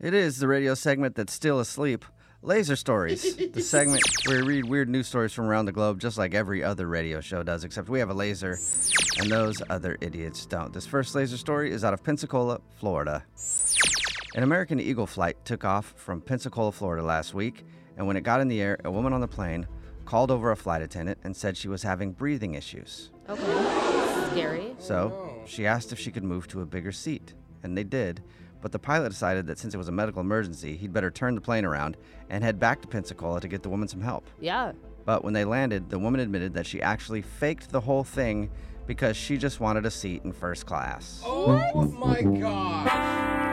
It is the radio segment that's still asleep. Laser Stories, the segment where we read weird news stories from around the globe, just like every other radio show does, except we have a laser, and those other idiots don't. This first laser story is out of Pensacola, Florida. An American Eagle flight took off from Pensacola, Florida last week, and when it got in the air, a woman on the plane called over a flight attendant and said she was having breathing issues. Okay. Scary. So she asked if she could move to a bigger seat, and they did. But the pilot decided that since it was a medical emergency, he'd better turn the plane around and head back to Pensacola to get the woman some help. Yeah. But when they landed, the woman admitted that she actually faked the whole thing because she just wanted a seat in first class. Oh my Mm-hmm. gosh.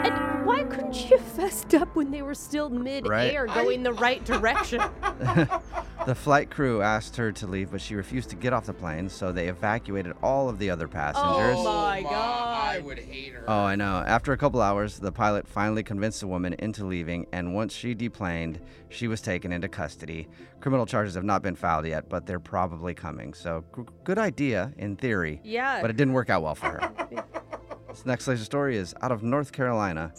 And why couldn't she have fessed up when they were still mid-air Right. going the right direction? The flight crew asked her to leave, but she refused to get off the plane, so they evacuated all of the other passengers. Oh my I god. would hate her. Oh, I know. After a couple hours, the pilot finally convinced the woman into leaving, and once she deplaned, she was taken into custody. Criminal charges have not been filed yet, but they're probably coming. So, g- good idea in theory. Yeah. But it didn't work out well for her. this next laser story is out of North Carolina.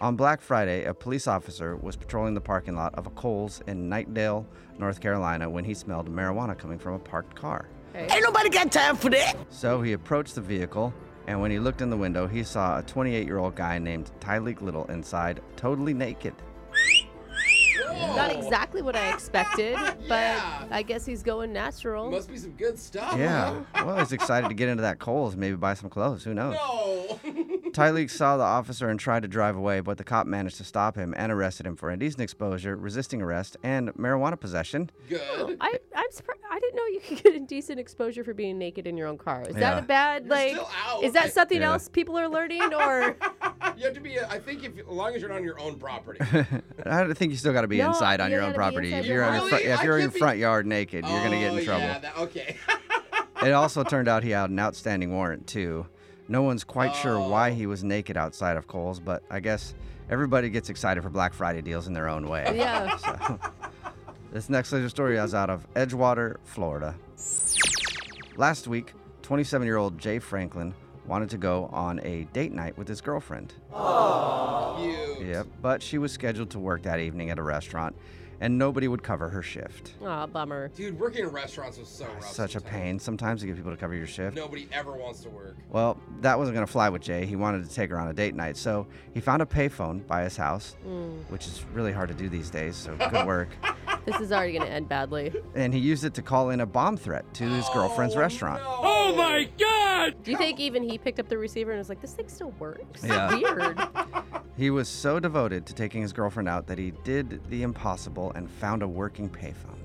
On Black Friday, a police officer was patrolling the parking lot of a Kohl's in Knightdale, North Carolina, when he smelled marijuana coming from a parked car. Okay. So he approached the vehicle, and when he looked in the window, he saw a 28 year old guy named Tyleek Little inside, totally naked. Not exactly what I expected, but Yeah. I guess he's going natural. Must be some good stuff. Yeah. Well, he's excited to get into that Kohl's, maybe buy some clothes. Who knows? No. Tyleek saw the officer and tried to drive away, but the cop managed to stop him and arrested him for indecent exposure, resisting arrest, and marijuana possession. good. I, I'm surprised. I didn't know you could get indecent exposure for being naked in your own car. Is Yeah. that a bad like? still out. Is that something Yeah. else people are learning or? You have to be. I think if as long as you're on your own property. I think you still got to be No, inside on you your own gotta be property. inside If your you're, on your house. front, yeah, if Really? you're I in your can't be- front yard naked, you're going to get Oh, in trouble. Yeah, that, okay. It also turned out he had an outstanding warrant too. No one's quite sure why he was naked outside of Kohl's, but I guess everybody gets excited for Black Friday deals in their own way. yeah. This next laser story is out of Edgewater, Florida. Last week, 27 year old Jay Franklin wanted to go on a date night with his girlfriend. Cute. Yep, but she was scheduled to work that evening at a restaurant, and nobody would cover her shift. Aw, bummer. Dude, working in restaurants was so rough. Such a sometimes. pain sometimes to get people to cover your shift. Nobody ever wants to work. Well, that wasn't going to fly with Jay. He wanted to take her on a date night. So he found a payphone by his house, which is really hard to do these days. So good work. This is already gonna end badly. and he used it to call in a bomb threat to his girlfriend's restaurant. Oh my Do you think even he picked up the receiver and was like, "This thing still works"? Yeah. Weird. He was so devoted to taking his girlfriend out that he did the impossible and found a working payphone.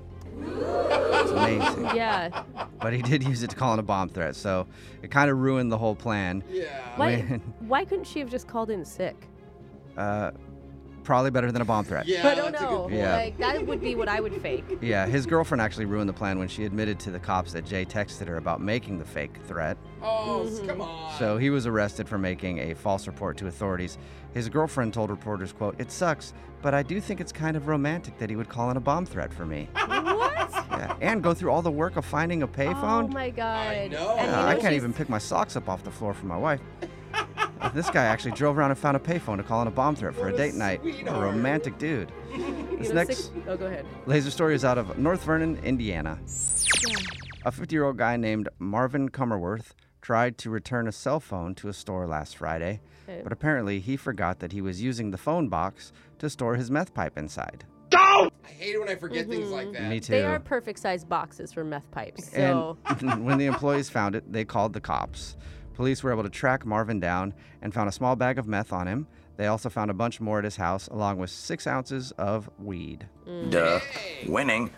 It's amazing. Yeah. But he did use it to call in a bomb threat. So it kind of ruined the whole plan. Yeah. Why? Man. Why couldn't she have just called in sick? Uh, probably better than a bomb threat. Yeah. I don't that's a good know. point. Yeah. Like that would be what I would fake. Yeah, his girlfriend actually ruined the plan when she admitted to the cops that Jay texted her about making the fake threat. Oh, s- come on. So he was arrested for making a false report to authorities. His girlfriend told reporters, quote, "It sucks, but I do think it's kind of romantic that he would call in a bomb threat for me." what? Yeah, and go through all the work of finding a Oh payphone. my god. I know. And you Yeah, I know can't she's- even pick my socks up off the floor for my wife. Uh, this guy actually drove around and found a payphone to call in a bomb threat for What a a date night. What a sweetheart. romantic dude. you This know, next sick- Oh, go ahead. Laser story is out of North Vernon, Indiana. A 50 year old guy named Marvin Cummerworth tried to return a cell phone to a store last Friday, Okay. but apparently he forgot that he was using the phone box to store his meth pipe inside. I hate it when I forget things like that. Mm-hmm. Me too. They are perfect sized boxes for meth pipes. So And when the employees found it, they called the cops. Police were able to track Marvin down and found a small bag of meth on him. They also found a bunch more at his house, along with six ounces of weed. Duh. Hey. Winning.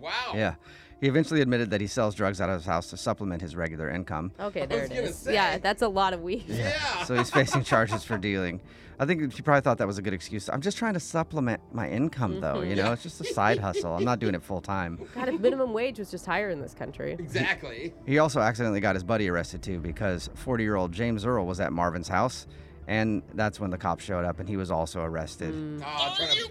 Wow. Yeah. He eventually admitted that he sells drugs out of his house to supplement his regular income. okay, there was it gonna is. say. Yeah, that's a lot of weed. Yeah. So he's facing charges for dealing. I think she probably thought that was a good excuse. I'm just trying to supplement my income, though. You know, it's just a side hustle. I'm not doing it full time. God, if minimum wage was just higher in this country. Exactly. He also accidentally got his buddy arrested, too, because 40 year old James Earl was at Marvin's house. And that's when the cops showed up and he was also arrested. Are you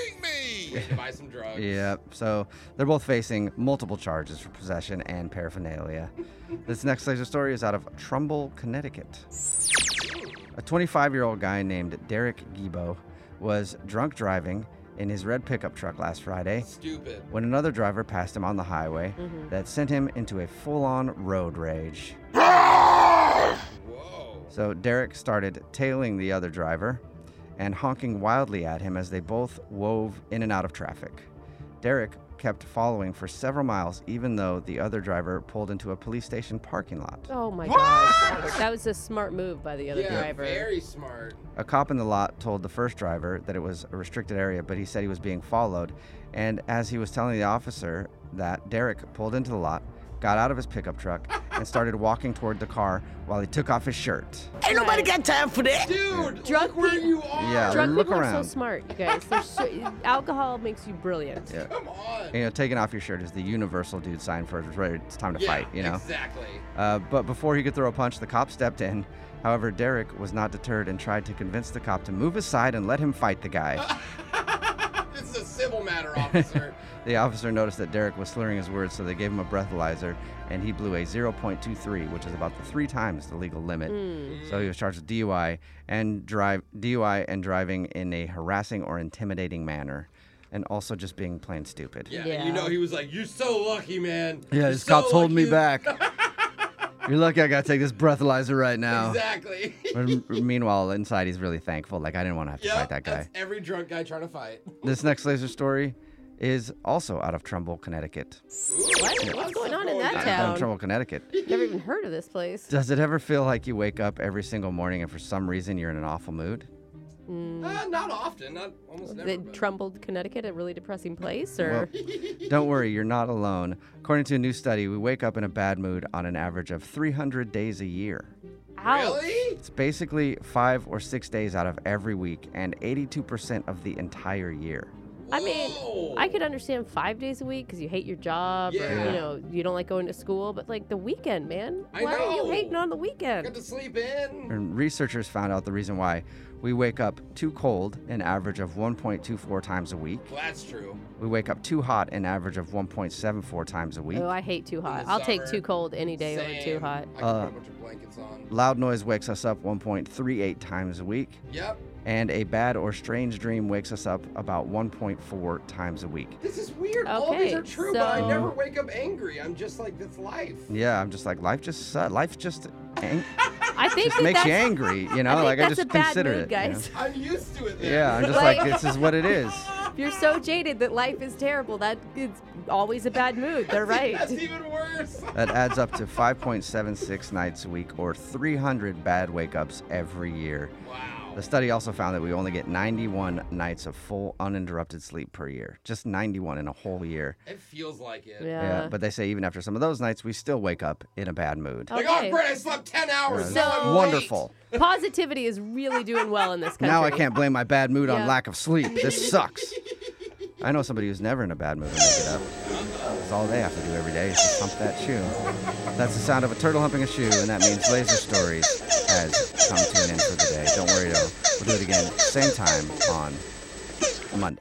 kidding me? To buy some drugs. Yep. So they're both facing multiple charges for possession and paraphernalia. this next laser story is out of Trumbull, Connecticut. A 25 year old guy named Derek Gibo was drunk driving in his red pickup truck last Friday Stupid. when another driver passed him on the highway Mhm. that sent him into a full on road rage. Whoa. So Derek started tailing the other driver and honking wildly at him as they both wove in and out of traffic. Derek kept following for several miles, even though the other driver pulled into a police station parking lot. Oh my god. That was a smart move by the other yeah, driver. very smart. A cop in the lot told the first driver that it was a restricted area, but he said he was being followed. And as he was telling the officer that, Derek pulled into the lot, got out of his pickup truck, and started walking toward the car while he took off his shirt. Ain't nobody got time for that. Dude, Drunk look where people- you are. Yeah. Drunk Look people are around. so smart, you guys. They're so, alcohol makes you brilliant. Yeah. Come on. You know, taking off your shirt is the universal dude sign for it's ready- it's time to yeah, fight, you know? Exactly. Uh, but before he could throw a punch, the cop stepped in. However, Derek was not deterred and tried to convince the cop to move aside and let him fight the guy. this is a civil matter, officer. The officer noticed that Derek was slurring his words, so they gave him a breathalyzer, and he blew a 0.23, which is about the three times the legal limit. So he was charged with DUI and drive DUI and driving in a harassing or intimidating manner, and also just being plain stupid. yeah, Yeah. you know he was like, "You're so lucky, man." Yeah, You're this so cop's holding me lucky." back. You're lucky I gotta take this breathalyzer right now. Exactly. But m- meanwhile, inside he's really thankful. Like I didn't want to have to yeah, fight that guy. that's every drunk guy trying to fight. This next laser story is also out of Trumbull, Connecticut. What? What's going on in that Out of town? Trumbull, Connecticut. Never even heard of this place. Does it ever feel like you wake up every single morning and for some reason you're in an awful mood? Uh, not often. Not almost Is never. it but- Trumbled, Connecticut, a really depressing place, or Don't worry, you're not alone. According to a new study, we wake up in a bad mood on an average of 300 days a year. Ouch. really? It's basically five or six days out of every week and 82% of the entire year. I mean, Whoa. I could understand five days a week because you hate your job, or Yeah. you know you don't like going to school, but like the weekend, man, I why are you know. hating on the weekend? Got to sleep in. And researchers found out the reason why we wake up too cold, an average of 1.24 times a week. Well, that's true. We wake up too hot, an average of 1.74 times a week. Oh, I hate too hot. the I'll take summer. too cold any day over too Same. hot. I can Uh, put a bunch of blankets on. Loud noise wakes us up 1.38 times a week. Yep. And a bad or strange dream wakes us up about 1.4 times a week. This is weird. All these Okay, are true, but I so- never wake up angry. I'm just like, that's life. Yeah, I'm just like, life just sucks. Life just ang- I think that makes that's, you angry, you know? I think like, that's I just a bad consider mood, it. you know? guys. I'm used to it. Then. Yeah, I'm just Like- like, this is what it is. If you're so jaded that life is terrible, that it's always a bad mood. They're That's right. even worse. That adds up to 5.76 nights a week or 300 bad wake ups every year. Wow. The study also found that we only get 91 nights of full uninterrupted sleep per year. Just 91 in a whole year. It feels like it. Yeah, Yeah. but they say even after some of those nights, we still wake up in a bad mood. Oh, Like, oh, Okay. great, I slept 10 hours. Yeah. now I'm So- Wonderful. Positivity is really doing well in this country. Now I can't blame my bad mood on Yeah. lack of sleep. This sucks. I know somebody who's never in a bad mood when they get up. That's all they have to do every day is just hump that shoe. That's the sound of a turtle humping a shoe, and that means Laser Stories has come to an end for the day. Don't worry though, we'll do it again same time on Monday.